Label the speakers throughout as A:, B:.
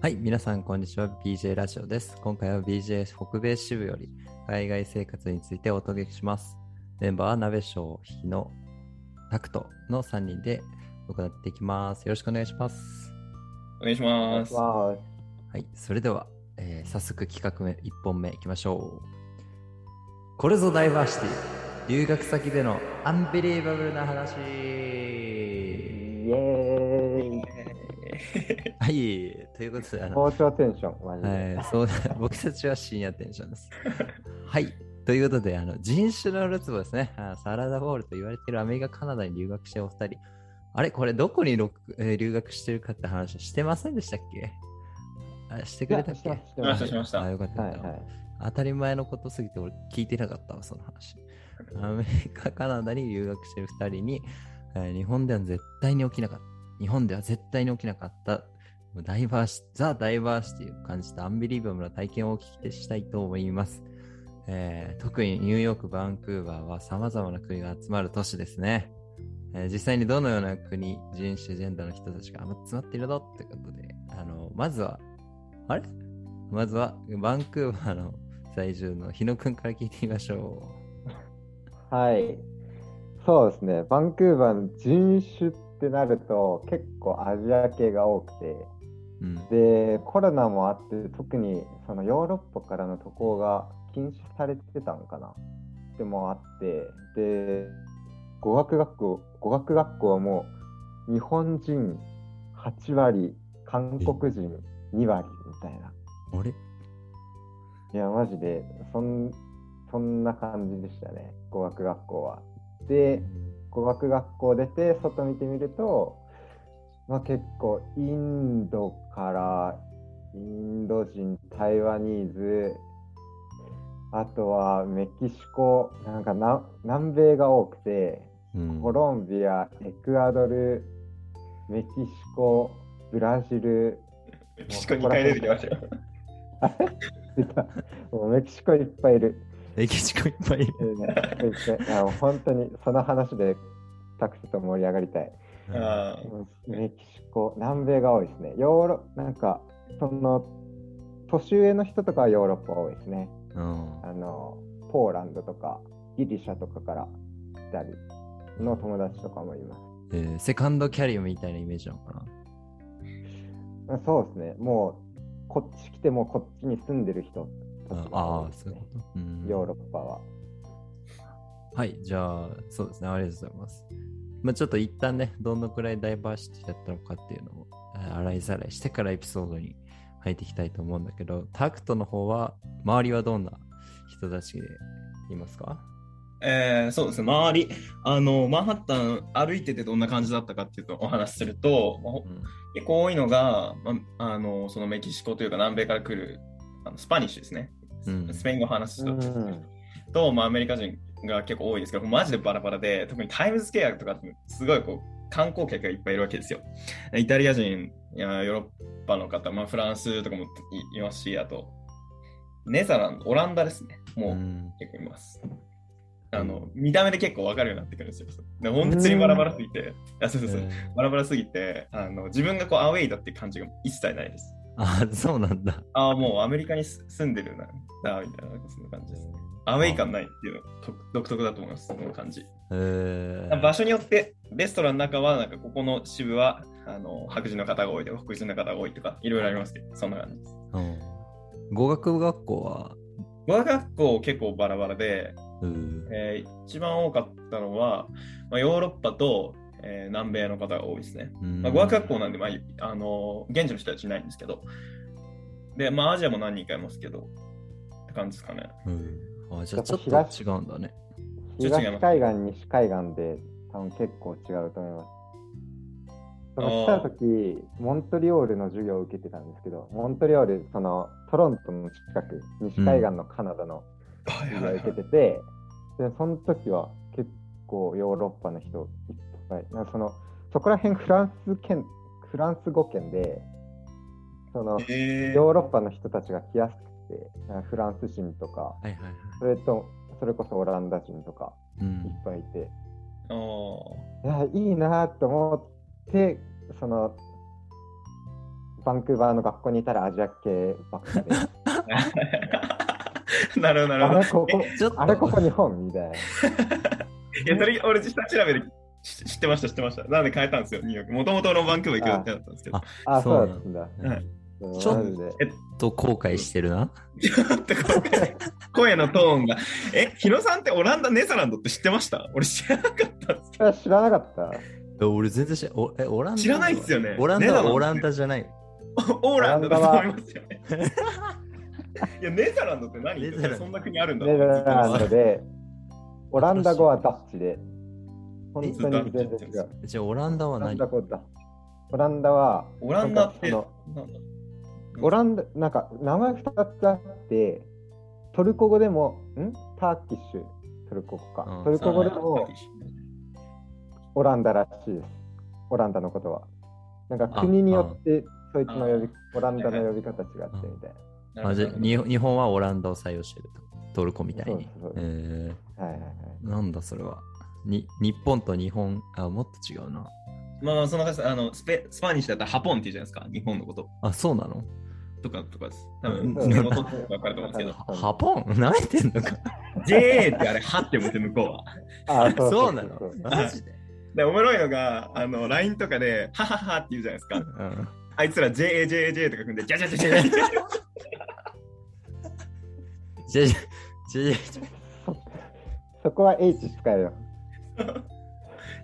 A: はい、皆さん、こんにちは。BJ ラジオです。今回は BJ 北米支部より海外生活についてお届けします。メンバーは鍋翔、日野、タクトの3人で行っていきます。よろしくお願いします。
B: お願いします。は
C: わ
A: はい、それでは、えー早速企画目1本目いきましょう。これぞダイバーシティ留学先でのアンビリーバブルな話
C: ーイエーイ
A: はい、ということで、あの
C: 校長テンション、マジで。
A: はい、そう僕たちは深夜テンションです。はい。ということで、あの人種のるつぼですね。あサラダボールと言われているアメリカ、カナダに留学してお二人。あれこれどこにろく、えー留学してるかって話してませんでしたっけあしてくれたっ
C: い
A: け
C: やしてま
B: したしてました
A: あ、よかった。
C: はい
A: よかった
C: はい。
A: 当たり前のことすぎて俺聞いてなかったわ、その話。アメリカ、カナダに留学してる2人に、えー日本では絶対に起きなかった。日本では絶対に起きなかった。もうダイバーシザ・ダイバーシティを感じたアンビリーバブルな体験をお聞きしたいと思います。えー特にニューヨーク、バンクーバーは様々な国が集まる都市ですね。えー実際にどのような国、人種、ジェンダーの人たちが集まっているのってことで、あの、まずは、あれまずは、バンクーバーの在住の日野くんから聞いてみましょ
C: はい。そうですね、バンクーバーの人種ってなると、結構アジア系が多くて、
A: う。うん。
C: で、コロナもあって、特にそのヨーロッパからの渡航が禁止されてたのかなでもあって、で、語学学校、語学学校はもう日本人8割、韓国人2割みたいな。
A: あれ
C: いや、マジで、そんそんな感じでしたね、語学学校は。で、語学学校出て、外見てみると、まあ、結構、インドから、インド人、台湾ニーズ、あとはメキシコ、なんかな南米が多くて、
A: うん
C: コロンビア、エクアドル、メキシコ、ブラジル、
B: い、岸子2回出てき ましたよ。
C: 出たもうメキシコいっぱいいる。
A: メキシコいっぱいいる。
C: いやもう本当にその話でタクシーと盛り上がりたい。
B: あ
C: もうメキシコ、南米が多いですね。ヨーロなんかその年上の人とかはヨーロッパ多いですね。
A: うん
C: あのポーランドとかギリシャとかから来たりの友達とかもいます。
A: えーセカンドキャリアみたいなイメージなのかな
C: まあそうですね。もうこっち来てもこっちに住んでる人たちが
A: あ
C: 多い
A: あ、
C: です
A: そうい
C: ね
A: う。こと。うん
C: ヨーロッパは。
A: はい、じゃあ、そうですね、ありがとうございます。まあ、ちょっと一旦ね、どのくらいダイバーシティだったのかっていうのをえー洗いざらいしてからエピソードに入っていきたいと思うんだけど、タクトの方は、周りはどんな人たちでいますか
B: えーそうですね、周り、あの、マンハッタン歩いててどんな感じだったかっていうのをお話しすると、まあほ
A: うん
B: 結構多いのが、まあの、そのメキシコというか南米から来るあのスパニッシュですね。
A: うん
B: スペイン語を話す
C: う
B: 人
C: ん。
B: と、まあ、アメリカ人が結構多いですけど、マジでバラバラで、特にタイムズスケアとかってすごいこう観光客がいっぱいいるわけですよ。イタリア人やヨーロッパの方、まあ、フランスとかもいいますし、あと、ネザランド、オランダですね。もう、
A: うん
B: 結構います。あの、見た目で結構わかるようになってくるんですよ。で本当にバラバラすぎて、あそうそうそう、
A: えー
B: バラバラすぎてあの、自分がこうアウェイだっていう感じが一切ないです。
A: あそうなんだ。
B: ああ、もうアメリカにす住んでるな、だみたいな、そんな感じですね。アウェイ感ないっていうのがと独特だと思います、その感じ。
A: えー
B: 場所によって、レストランの中は、なんかここの支部はあの白人の方が多いとか、黒人の方が多いとか、いろいろありますけど、そんな感じです。
A: うん語学学校は、
B: 語学学校結構バラバラで、
A: うん
B: えー一番多かったのは、まあ、ヨーロッパと、えー南米の方が多いですね。まあ、語学学校なんで、まああの現地の人たちいないんですけど、で、まあ、アジアも何人かいますけど、って感じですかね。
A: うんあじゃあちょっと違うんだね。
B: ちょっと違います
C: 東海岸、西海岸で多分結構違うと思います。その来
B: あー
C: た時モントリオールの授業を受けてたんですけど、モントリオール、そのトロントの近く、西海岸のカナダの
B: は
C: 授業を受けてて、でその時は結構ヨーロッパの人いっぱい、なんかそのそこら辺フランス圏、フランス語圏で、その
B: え
C: ヨーロッパの人たちが来やすくて、なんかフランス人とか、
A: はいはいはい。
C: それとそれこそオランダ人とか
A: う
C: いっ
A: ん
C: ぱいいて。
B: ー、おー
C: いやいいなと思ってそのバンクーバーの学校にいたらアジア系ばっ かで、
B: なるほど、なる
C: あ
B: ほ
C: れ
B: ど。
C: ここ、
A: ちょっと
C: あれここ日本みたいな。
B: いや、それ、俺、下調べで知知ってました、知ってました。なんで変えたんですよ、ニューヨーク。もともとのバンクーバー行く予定だったんですけど
A: あ。
C: あ、
A: そうな
C: そうんだったんだ。
B: うん
C: うん
A: ちょっと
C: マジで
A: と後悔してるな。
B: ちょっと今回声のトーンが。え、日野さんってオランダ、ネザランドって知ってました俺知らなかったんですけ
C: あ知らなかった。
A: え俺全然知らおえオランダ
B: 知らないっすよね
A: オラン
B: ね
A: ダ
B: だ
A: は
B: もん
A: オランダじゃない。
B: ど。オーランドだと思いますよね。 いや、ネザランドって何
A: ネザランド
B: そんな国あるんだ
C: ネザランドで、オランダ語はダッチで、本
B: ずっ
C: 当
B: とある
C: に全然違う。
A: じゃあオランダ
C: オ
A: は
C: ラン
A: 何
C: ダ語ダッチ。オランダは、
B: オランダって。
C: な
B: なんん
C: か
B: だ
C: オランダ、なんか名前2つあって、トルコ語でも、んターキッシュ、トルコ語か。
A: うん
C: トルコ語で
B: あ
C: も
B: ー
C: オランダらしいです。オランダのことは。なんか
A: あ
C: 国によって、そいつの呼び
B: あ、
C: オランダの呼び方違ってみたい
A: あじゃあ日本日本はオランダを採用してると。トルコみたいに。
C: そうそうそう
A: え
C: な。はいはいはい。
A: ー、なんだそれは。に日本と日本、あ、もっと違うな。
B: まあまあ、その感じですあのスペ、スパニッシュだったらハポンって言うじゃないですか、日本のこと。
A: あ、そうなの
B: とかとかです。多分、
A: うん
B: 地元とか分かると思うんですけど。
A: はハポン 舐めてんのか。
B: JA ってあれ、はって思って向こうは。
C: あー
A: そうなの
C: そう
A: マジで。
B: で、おもろいのが、あの、LINE とかで、はははって言うじゃないですか。
A: うん
B: あいつら JAJAJ とか組んで、じゃじゃじゃじゃじゃ。
A: じゃじゃじゃじゃ
C: そこは H 使えよ。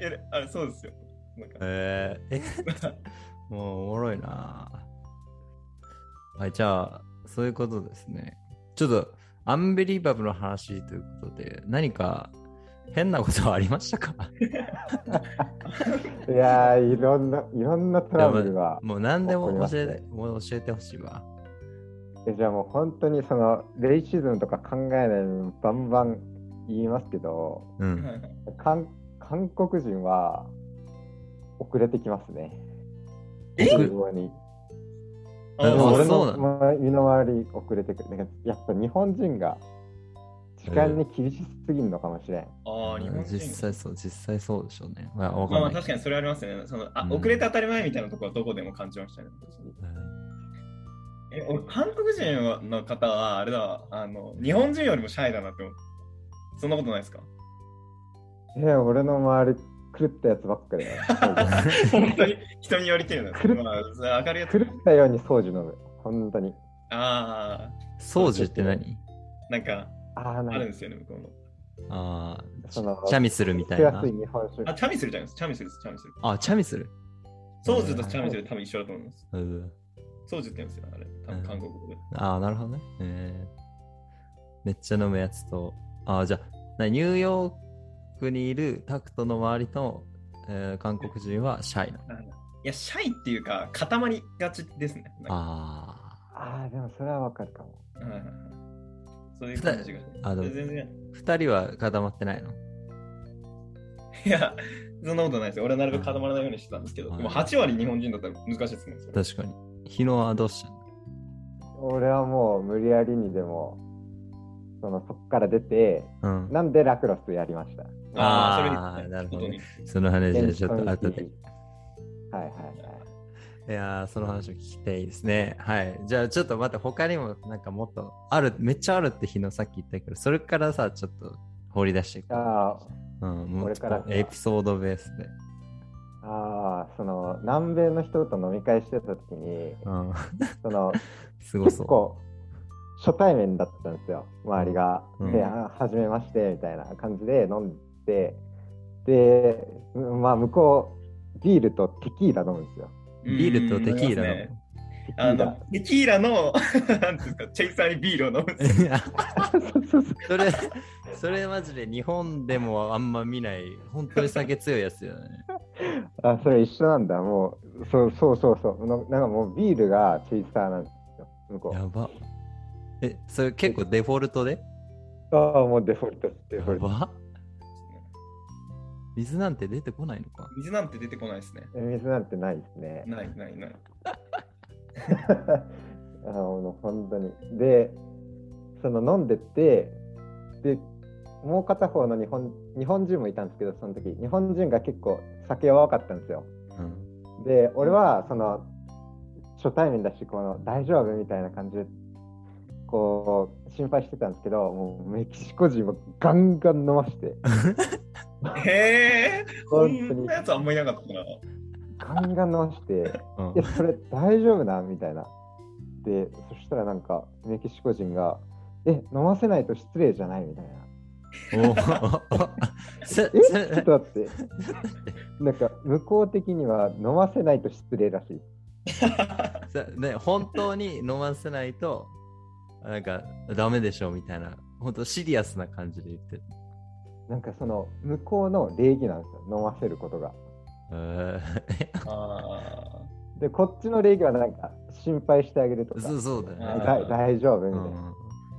B: いやあれそうですよ。なんか
A: え ー、え、もうおもろいな。はい、じゃあ、そういうことですね。ちょっと、アンビリーバブルの話ということで、何か変なことはありましたか
C: いやー、いろんな、いろんなトラブルが。
A: もう何でも教え
C: わか
A: て、もう教えてほしいわ。
C: えじゃあもう本当にその、レイシズムとか考えないのバンバン言いますけど、
A: うん。
C: 韓韓国人は遅れてきますね。
B: え
C: 国語に
B: あ
A: でも
B: そう
C: 俺
A: そう
C: の
A: な
C: ま身の回り遅れてくる。なんかやっぱ日本人が時間に厳しすぎるのかもしれん。
B: あー日本人
A: 実際そう、実際そうでしょうね。まあ、わ
B: まあ
A: か
B: まあ
A: んない
B: 確
A: け
B: かにそれありますね。そのあ
A: うん
B: 遅れて当たり前みたいなところはどこでも感じましたね。
A: ど。うん
B: え俺韓国人の方は、あれだわあの、日本人よりもシャイだなって思う。そんなことないですか
C: え俺の周り狂ったやつばっかりだよ
B: 本当に人によりけりなんですけど、まあ、明るいや
C: 狂
B: つ。
C: ったように掃除飲む。本当に。
B: ああ、
A: 掃除って何
B: なんか
C: ああ、
B: ある
C: な
B: ん
C: んか
B: ですよね、向こうの。
A: ああ、チ
C: その
A: ャミするみたい
C: や
A: な
C: すい。日本酒。
B: あ、チャミするじゃないですか。チャミするです、チャミする。
A: あ、チャミする。
B: ソージュとチャミする多分一緒だと思います。
A: うん。
B: ソージュって言うんですよ、あれ。多分韓国語で。
A: ああ、なるほどね。えーめっちゃ飲むやつと、ああ、じゃあ、なニューヨークにいるタクトの周りの、えー韓国人はシャイなの。
B: いや、シャイっていうか、固まりがちですね。なんか
A: あ
C: ああ、でもそれはわかるかも。
B: はいはいはいそういう感じが。
A: あ、あでも
B: 全然。
A: 二人は固まってないの。
B: いや、そんなことないですよ。俺はなるべく固まらないようにしてたんですけど、
A: はい
B: でも8割日本人だったら難しいですね。それ
A: 確かに。日野はどうしたの
C: 俺はもう無理やりにでも、そのそっから出て、
A: うん。
C: なんでラクロスやりました。
B: あ
A: あー
B: ーそれに
A: なるほどね
B: ちょっとね
A: その話はちょっと
C: 現地
A: 後
C: の日
A: で
C: に。はいはいはい。
A: いやー、その話を聞きたいですね。はい。じゃあ、ちょっと待って、他にもなんかもっとある、めっちゃあるって日野さっき言ったけど、それからさ、ちょっと掘り出していこう。
C: あ
A: うん、も
C: こ
A: う
C: れから
A: エピソードベースで。
C: あ、ああ、その南米の人と飲み会してた時に、
A: うん。
C: その
A: すご
C: 結
A: そう。
C: 構初対面だったんですよ、周りが。
A: うん
C: で、あ初めましてみたいな感じで飲んで、で、うんまあ向こう、ビールとテキーラ飲むんですよ。
A: ビールとテキーラ
B: うん
A: の。
B: 飲みますね
C: テキ
B: あ
C: ー
B: の
C: ラ。
B: テキーラの、 なんていうんですか、チェイサーにビールを飲むんですよ。
C: そうそうそう
A: それ、それマジで日本でもあんま見ない、本当に酒強いやつよ ね。
C: あ、それ一緒なんだ。もう、そうそうそうそう。のなんかもうビールがチェイサーなんですよ、向こう。
A: やば。え、それ結構デフォルトで
C: ああ、もうデフォルト、デ
A: や
C: フォルト。
A: ば水なんて出てこないのか。
B: 水なんて出てこないですね。
C: 水なんてないですね。
B: ないないない。
C: あの本当に。で、その飲んでって、で、もう片方の日本日本人もいたんですけど、その時日本人が結構酒弱かったんですよ。
A: うん。
C: で、俺はその初対面だし、この大丈夫みたいな感じで、こう、心配してたんですけど、もうメキシコ人もガンガン飲ま して、
B: へえ、こ
C: 本当に
B: んなやつあんまいなかったな。
C: ガンガン飲まして、
A: うん
C: い や、それ大丈夫なみたいな。で、そしたらなんか、メキシコ人が、え、飲ませないと失礼じゃないみたいな。
A: おーそ
C: え
A: そ
C: ちょっと待って。 なんか、向こう的には飲ませないと失礼らしい。
A: さね、本当に飲ませないと、なんか、ダメでしょみたいな、本当シリアスな感じで言ってる。
C: なんかその、向こうの礼儀なんですよ。飲ませることが。
A: えー
B: あ
C: で、こっちの礼儀はなんか、心配してあげると か。
A: そうそうだよ
B: あ
A: ね。
C: だい大丈夫み
A: う
C: たい
A: ん、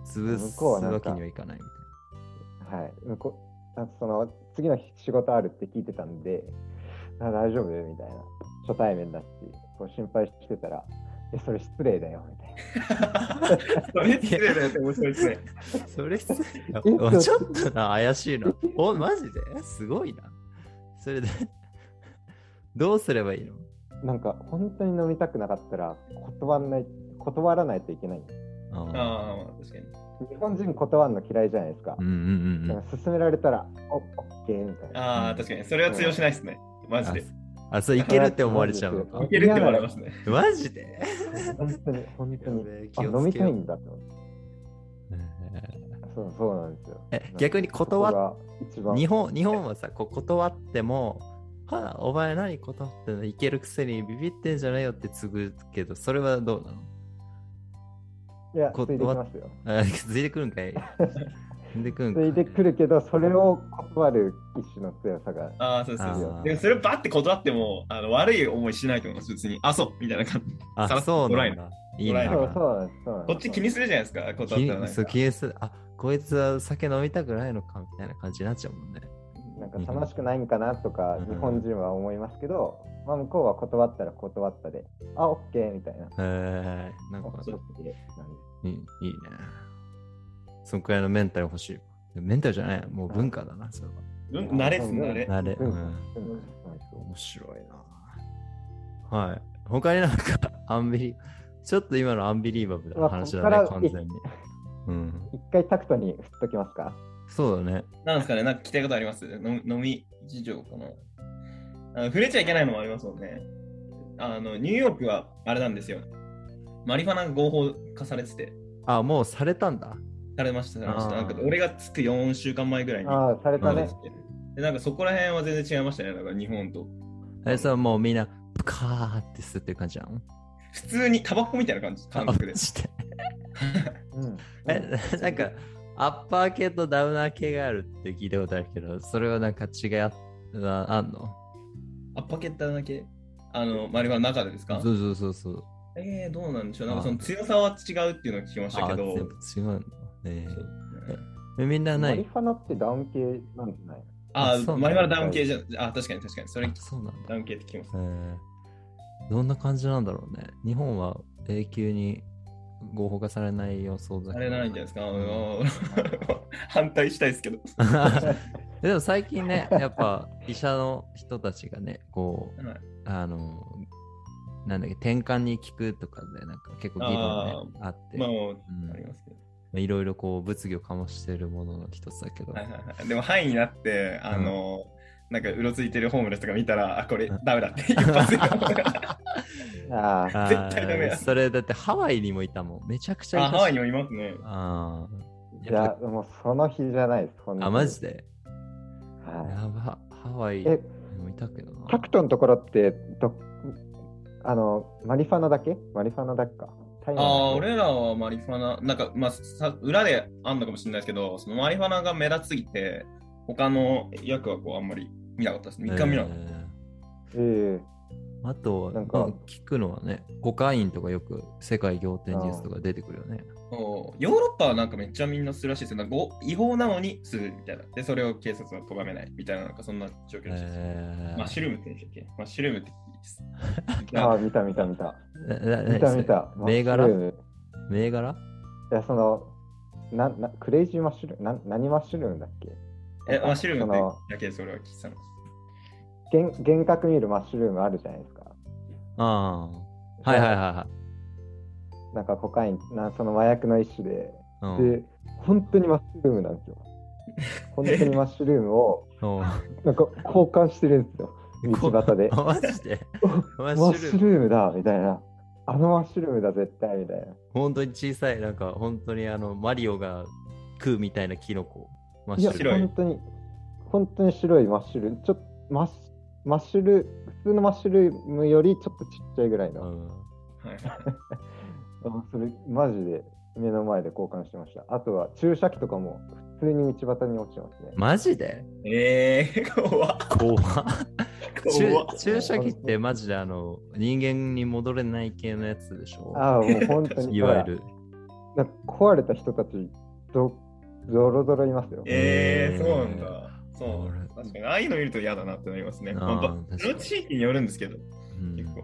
A: 潰
C: 向
A: す
C: こうはなん
A: わ
C: か
A: けにはいかないみ
C: な。はい。向こうあその次の日仕事あるって聞いてたんで、あ大丈夫みたいな。初対面だし、こう心配してたら、え、それ失礼だよみたい な。
B: あ。それ失礼だよって面白いですね。
A: たいな。それ失
C: え
A: 礼ちょっとな、怪しいな。お、マジですごいな。それで、どうすればいいの
C: なんか、本当に飲みたくなかったら、断らない、断らないといけないんです。
A: あ
B: ああ、確かに。
C: 日本人断るの嫌いじゃないですか
A: ーう。んうんうんう
C: だ
A: ん。
C: から勧められたら、おオッケーみたいな。
B: ああ、確かに。それは通用しないですね。マジで。
A: あ、そういけるって思われちゃうのか
B: い。けるって言われますね。
A: マジで
C: 本当に、本当 に
A: やべえ。気
C: あ
A: をつけよう
C: 飲みたいんだと思って。そうそうなんですよ。
A: え逆に断っ
C: っ一番
A: 日本日本はさこう断っても「はあお前何断ってんのいけるくせにビビってんじゃないよ」って継ぐけどそれはどうなの
C: いや、つ
A: 断
C: いてきますよ。
A: あ継いでくるん かい継いでくるんか
C: ついてくるけど、それを断る一種の強さが。
B: ああ、そうそうそ
A: あー
B: う。でもそれバッて断ってもあの悪い思いしないと思います、別に。あ、そうみたいな感じ。さら
A: あ
B: っと
A: そう
B: ド
A: なん
B: ライな
A: だいい
B: ド
A: な
B: ライ
C: そ
B: な
C: うそうなんです。そうなんです
B: こっち気にするじゃないですか、断った
A: 気
B: らなん
A: に
B: か。
A: そう気にするあこいつは酒飲みたくないのかみたいな感じになっちゃうもんね
C: なんか楽しくないんかなとか
A: うん、
C: 日本人は思いますけど、まあ、向こうは断ったら断ったで、あ、オッケーみたい
A: へ
C: な。
A: えなん
C: オ
A: か
C: ッケーなんで
A: いいいいねそんくらいのメンタル欲しいメンタルじゃないもう文化だなそれは
B: うん慣れっす、慣れ。
A: 慣れ
C: う
A: うんん
C: うん
A: 面白いなはい他になんか アンビリちょっと今のアンビリーバブルな話だね
C: うわこ
A: 完
C: っから
A: 全にうん
C: 一回タクトに振っときますか。
A: そうだね
B: なんですかね、なんか聞きたいことあります飲み飲み事情かなあの触れちゃいけないのもありますもんね。あの、ニューヨークはあれなんですよ。マリファナが合法化されてて、
A: あもうされたんだ
B: されました、されました。
A: あ
B: な
A: ー
B: んか俺がつく4週間前ぐらいに。
C: ああ、されたね。
B: でなんかそこら辺は全然違いましたね、なんか日本と。
A: えそれはもうみんなプカーって吸ってる感じなの
B: 普通にタバコみたいな感じ、感覚で
A: あ。して
C: うん
A: えなんかアッパー系とダウナー系があるって聞いたことあるけどそれはなんか違いあああんの
B: あっぱけっただけあの、マリファナの中でですか
A: そうそうそうそう
B: えー、どうなんでしょうなんかその強さは違うっていうのを聞きました
A: あ
B: け
A: 全
B: ど
A: 部。違うんだね
B: そう
A: ええみんなな
C: マリ
A: い
C: ファナってダウン系なん じゃない
B: あ
A: あそうな
B: ー、
A: んだ
B: マリファナダウン系じゃあ、確かに確かに。それ
A: あそうなんだ
B: ダウン系って聞きます。
A: えーどんな感じなんだろうね。日本は永久に合法化されない予想だけ
B: あ
A: ど。
B: れないんじゃないですか、
A: うん
B: あの反対したいですけど。
A: でも最近ね、やっぱ医者の人たちがね、こう、
B: はい
A: あの、なんだっけ、転換に効くとかで、なんか結構議論ね、あって、
B: まあ、もう
A: うん
B: ありますけど。
A: いろいろこう物議を醸してるものの一つだけど、
B: はいはいはい、でも、範囲になって、あの、なんかうろついてるホームレスとか見たら、あ、これ
A: うん
B: ダメだって一 発で。
C: ああ、
A: あー
B: 絶対ダメだ
A: それだってハワイにもいたもん。めちゃくちゃい
B: あ、
A: たし
B: ハワイにもいますね。
A: あー
C: いや、もうその日じゃないです。本当
A: あ、
C: に
A: マジで。
C: は
A: やば、ハワイ
C: い。え、
A: もいたけどな。
C: タクトのところってど、あの、マリファナだけマリファナだけか。タイマー
B: あ
C: だけ
B: あ、俺らはマリファナ、なんか、まあ、さ裏であんのかもしれないですけど、そのマリファナが目立ちすぎて、他の役はこう、あんまり見なかったです。3日見なかった。
A: え
C: え
A: ーあと、な
C: なんんか
A: か聞くのはね、コカインとかよく世界仰天ニュースとか出てくるよね。
B: そうヨーロッパはなんかめっちゃみんなするらしいですよ。なんかご違法なのにするみたいな。で、それを警察は咎めないみたいな、なんかそんな状況らしいです。
A: えー
B: マッシュルームって言うんでしたっけマッシュルームって聞 いです。
C: えああ、見た見た見た。
A: なな
C: 見た見た。
A: 銘柄
C: マッシュルーム
A: 銘柄
C: いや、その、ななクレイジーマッシュルーム、な何マッシュルームだっけ
B: え、マッシュルーム
C: その
B: ってだけそれは聞いてたの。
C: 幻幻覚見るマッシュルームあるじゃないですか。
A: あはいはいはいはい
C: なんかコカインなその麻薬の一種で、
A: うん。
C: で本当にマッシュルームなんですよ本当にマッシュルームを
A: うん
C: なんか交換してるんですよ道端で
A: マジでマ
C: マ
A: ッ
C: ッ
A: シ
C: シ
A: ュルーム
C: ュルームだみたいなあのマッシュルームだ絶対みたいな
A: 本当に小さい、なんか本当にあのマリオが食うみたいなキノコ。マッ
C: い
A: シュ
C: や
A: ルー
B: 白い
C: 本当に本当に白いマッシュルームちょっとマッシュマッシュル普通のマッシュルームよりちょっとちっちゃいぐらいの、
A: ム。
B: はい、
C: あそれマジで目の前で交換してましたあとは注射器とかも普通に道端に落ちてますね
A: うんマジで
B: えー、怖っ
A: 怖っ
B: 怖っ
A: 注注射器ってマジであの人間に戻れない系のやつでしょ
C: ああもう本 当に
A: いわゆる。
C: だから壊れた人たちゾゾロゾロいますよ
B: え
A: えー
B: ー、そうなんだ。そう。確かに、ああいうの見ると嫌だなってなりますね。
A: あー
B: まあば
A: 確かに
B: その地域によるんですけど。
A: うん
B: 結構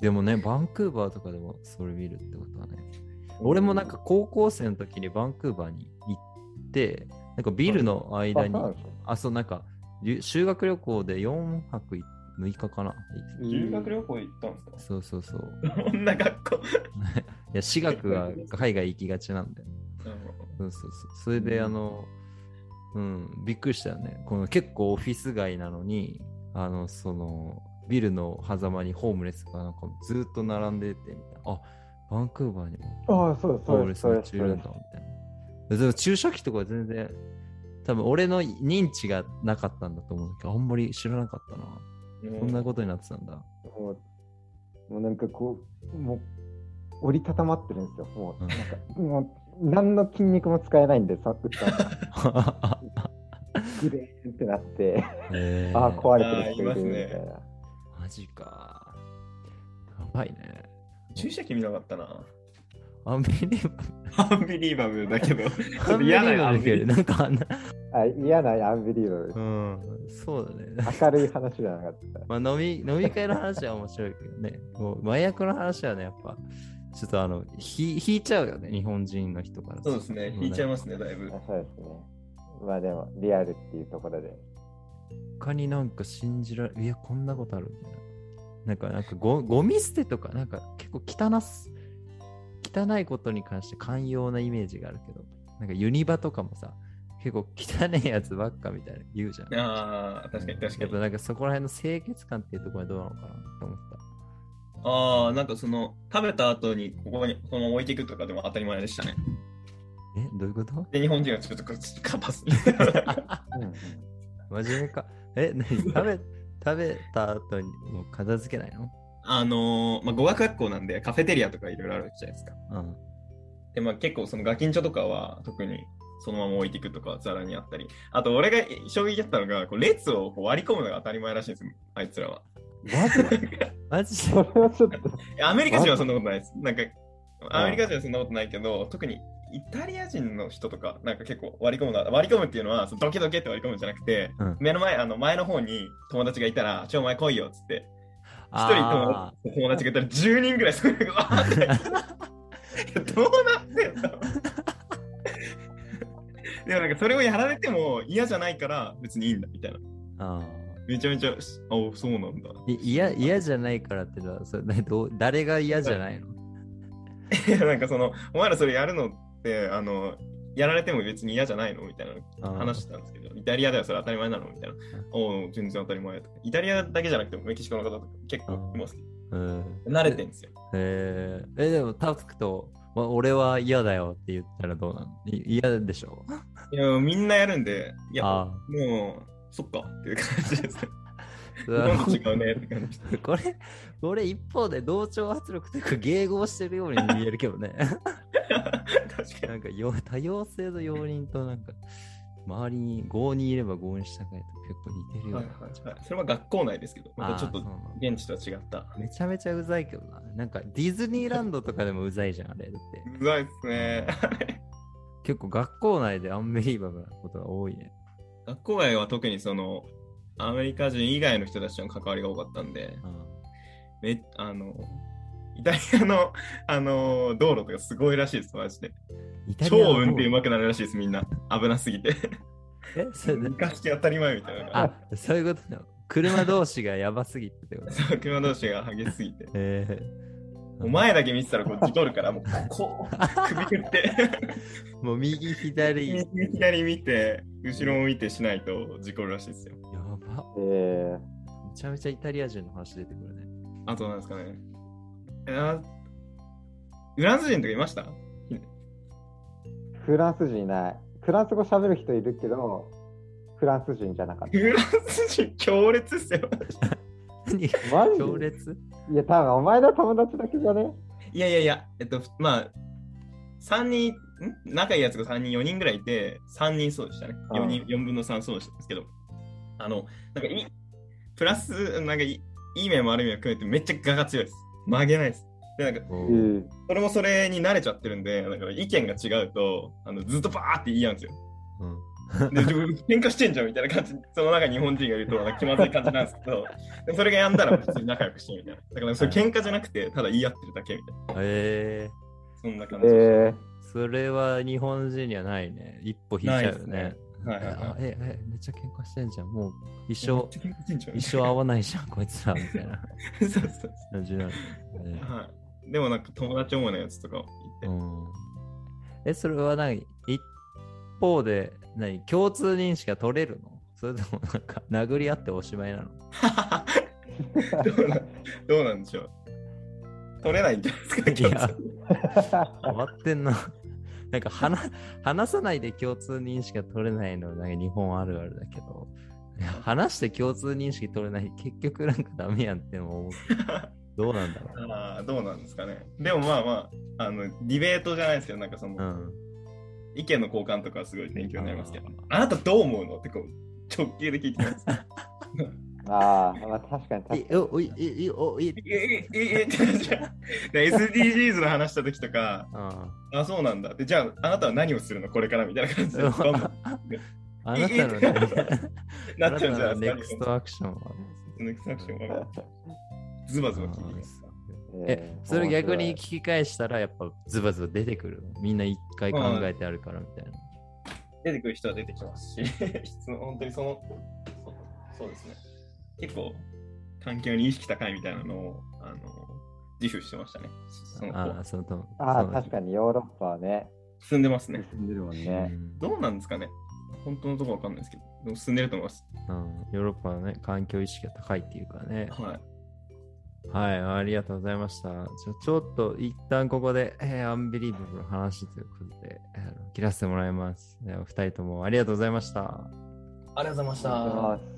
A: でもね、バンクーバーとかでもそれ見るってことはね。俺もなんか高校生の時にバンクーバーに行って、なんかビルの
C: あ
A: 間
C: そう
A: に
C: なんですか
A: あ、そう、なんか、ゆ修学旅行で4泊6日かな。
B: 修学旅行行ったんですか
A: そうそうそう。
B: こんな学校。
A: いや、私学が海外行きがちなんで。そうそうそう。それで、
C: うん
A: あの、うん、びっくりしたよね。この結構オフィス街なのに、あの、その、ビルの狭間にホームレスがなんかずっと並んでてみたいな。あ、バンクーバーにも
C: ああそうです
A: ホ
C: そ
A: ー
C: う
A: ムレ
C: です
A: ス
C: そう
A: が
C: です
A: 中いるんだみたいな。でも注射器とか全然、多分俺の認知がなかったんだと思うんだけど、あんまり知らなかったな。そんなことになってたんだ。
C: もうもうなんかこうもう折りたたまってるんですよもう
A: うん
C: なんかもう何の筋肉も使えないんでさっきか らグレーンってなって
A: えー
C: ああ壊れてる人いるみ
B: あー
C: た
B: い
C: いな
A: マジか。やばいね。
B: 注射器見なかったな。
A: アンビリーバ
B: アンビリーバブルだけ ど。
A: ブル。
B: 嫌な
A: アンビリーバブルだけどなんかあんな、
C: あ嫌なアンビリーバブル
A: うん、そうだね。
C: 明るい話じゃなかった
A: まあ飲み、飲み会の話は面白いけどね。もう麻薬の話はね、やっぱ、ちょっとあの、ひ引いちゃうよね、日本人の人から。
B: そうですね。引いちゃい
A: ま
B: ますね、だいぶ。
C: あそうですね。まあでも、リアルっていうところで。
A: す。他になんか信じられ、いや、こんなことあるみたいな。なんか、なんかご、ゴミ捨てとか、なんか結構汚す、汚いことに関して寛容なイメージがあるけど、なんかユニバとかもさ、結構汚いやつばっかみたいな言うじゃん。
B: ああ、確かに確か
A: やっぱ
B: に。
A: なんかそこら辺の清潔感っていうところはどうなのかなと思っ
B: ああ、なんかその、食べた後にここにこのまま置いていくとかでも当たり前でしたね。
A: た。え、どういうこと
B: で、日本人はちょっとこっちカ パス。
A: 真面目か。え、何食べ、食べた後にもう片付けないの
B: あのーまあ、語学学校なんでカフェテリアとかいろいろあるじゃないですか。
A: うん。
B: で、まあ、結構そのガキンチョとかは特にそのまま置いていくとかザラにあったり。あと俺が衝撃だったのが、こう列をこう割り込むのが当たり前らしいんですよ、あいつらは。
C: マジで
A: マジ
C: そ
A: で
C: れはちょっと。
B: いやアメリカ人はそんなことないです。なんか、アメリカ人はそんなことないけど、特にイタリア人の人とか、なんか結構割り込むのは、割り込むっていうのは、そのドキドキって割り込むんじゃなくて、
A: うん
B: 目の前、あの前の方に友達がいたら、ちょ、お前来いよっつって、一人友
A: あ
B: 達友達がいたら10人ぐらいそ れがわー っていやどうなってんだろうでもなんかそれをやられても嫌じゃないから別にいいんだみたいな。
A: ーあ
B: めちゃめちゃ、おそうなんだ。
A: ー。い嫌、嫌じゃないからってのは、それねどう誰が嫌じゃないの
B: いやなんかその、お前らそれやるのって、あの、やられても別に嫌じゃないのみたいな
A: あー
B: 話してたんですけど、イタリアではそれ当たり前なのみたいな。おう全然当たり前とか。イタリアだけじゃなくてもメキシコの方とか結構います。
A: うん。
B: 慣れてるんですよ。
A: えー、え、でもタスクと、ま俺は嫌だよって言ったらどうなのい嫌でし ょ
B: いや、みんなやるんで、いや、
A: あ
B: もう、そっかっていう感 じです。
A: あ。
B: 日本と違うねって感じ。
A: これ、これ一方で同調圧力というか迎合してるように見えるけど ね。
B: 確かに。
A: なんかよ多様性の要人となんか周りに5人いれば5に従えと結構似てるよ
B: はい
A: ね。
B: はいはいそれは学校内ですけど、またちょっ
A: あー
B: と
A: そうなんだ
B: 現地とは違った。
A: めちゃめちゃうざいけどな。なんかディズニーランドとかでもうざいじゃん、あれ。だって
B: うざいっすね。
A: 結構学校内でアンビリーバブルなことが多いね。
B: 学校外は特にその、アメリカ人以外の人たちとの関わりが多かったんで、
A: うん
B: めあの、イタリアの、あの道路とかすごいらしいです、マジで。
A: イタリアの
B: 超
A: 方
B: 運転うまくなるらしいです、みんな。危なすぎて。
A: えそれで
B: 昔当たり前みたいな。
A: あ、そういうことなの。車同士がやばすぎてってこと。
B: そう車同士が激しすぎて。
A: え
B: もう前だけ見てたらこう事故るから、もうこう、首振って、
A: もう右左。や
B: 右左見て、後ろも見てしないと事故るらしいですよ。
A: ば。
C: え
A: めちゃめちゃイタリア人の話出てくるね。
B: あとなんですかね。あフランス人とかいました
C: ー、フランス人いない。フランス語喋る人いるけど、フランス人じゃなかっ
B: フランス人強烈ですよ。
A: 何
C: た。マジ
A: 強
C: で
A: 烈
C: いや、多分お前の友達だけじゃね
B: いやいやいや、えっと、まあ、三人、ん仲いいやつが3人、4人ぐらいいて、3人そうでしたね。4, 人4分の3そうでしたんですけど、あの、なんかいい、プラス、なんかいいいい面も悪い面も含めて、めっちゃ我が強いです。曲げないです。で、なんか、
A: お
C: え
A: ー
C: ー、
B: それもそれに慣れちゃってるんで、だから意見が違うと、あのずっとバーって言い合うんですよ。
A: うん
B: で、自分喧嘩してんじゃんみたいな感じ、その中に日本人がいると、なんか気まずい感じなんですけど、でそれがやんだら普通に仲良くしてみたいな。だから、それ喧嘩じゃなくて、ただ言い合ってるだけみたいな。
A: え
B: そんな感じでした。
C: え
A: ー、それは日本人にはないね。一歩引いちゃうよ
B: ない
A: ね
B: で。はいはいはい
A: あえ、え、めっちゃ喧嘩してんじゃん。もう一
B: めっ
A: 生、
B: ちゃ喧嘩してんじゃん
A: 一生合わないじゃん、こいつら、みたい な
B: そうそうそう
A: 感じなんだね。
B: はい。でもなんか友達思いのやつとか
A: う
B: 言って、
A: ん。え、それは何一方で、何共通認識が取れるのそれともなんか、 殴り合っておしまいなの
B: どうなどうなんでしょう。取れないんじゃないですか、
A: いや
B: 共通
A: 終わってんな。 なんか話、話さないで共通認識が取れないの、なんか日本あるあるだけど、いや話して共通認識取れない、結局なんかダメやんっても 思う。どうなんだろう。
B: あーどうなんですかね。でもまあまあ、あのディベートじゃないですけど、なんかその、
A: うん。
B: 意見の交換とかはすごい勉強になりますけど、あなたどう思うのってこう直球で聞いてます。
C: ー、あー、まあ、確かに確かに
A: い、お、い、い、い、お、 い、
B: ええええって感じで SDGs の話した時とか、
A: あ
B: あ、そうなんだ。で、じゃあ、あなたは何をするのこれからみたいな感じで、バンバン
A: あ あなたのね、あ
B: なっ
A: なた
B: ちゃうんじゃな
A: の
B: い
A: ネ
B: ですか。
A: クストアクションは。
B: ネクストアクション はズバズバ聞いてます。
A: え、それ逆に聞
C: 面
A: き返したら、やっぱズバズバ出てくるの。みんな一回考えてあるからみたいな。
B: 出てくる人は出てきますし、その本当にそのそ、そうですね。結構、環境に意識高いみたいなのを、あの、自負してましたね。その
A: あ
B: こ
A: あ、
B: う
A: そのと。
C: 白いあ
A: そ
C: ー
A: う
C: 確かにヨーロッパはね、
B: 進んでますね。
C: 進んでるもん
A: う
C: ね。
A: ん
B: どうなんですかね本当のところわかんないですけど、でも進んでると思います。
A: うん、ヨーロッパはね、環境意識が高いっていうかね。
B: はい。
A: はい、ありがとうございました。じゃあちょっと一旦ここで、えーアンビリーバブルの話ということで、あの切らせてもらいます。ではお二人ともありがとうございました。
B: ありがとうございまし
C: ありがとうございます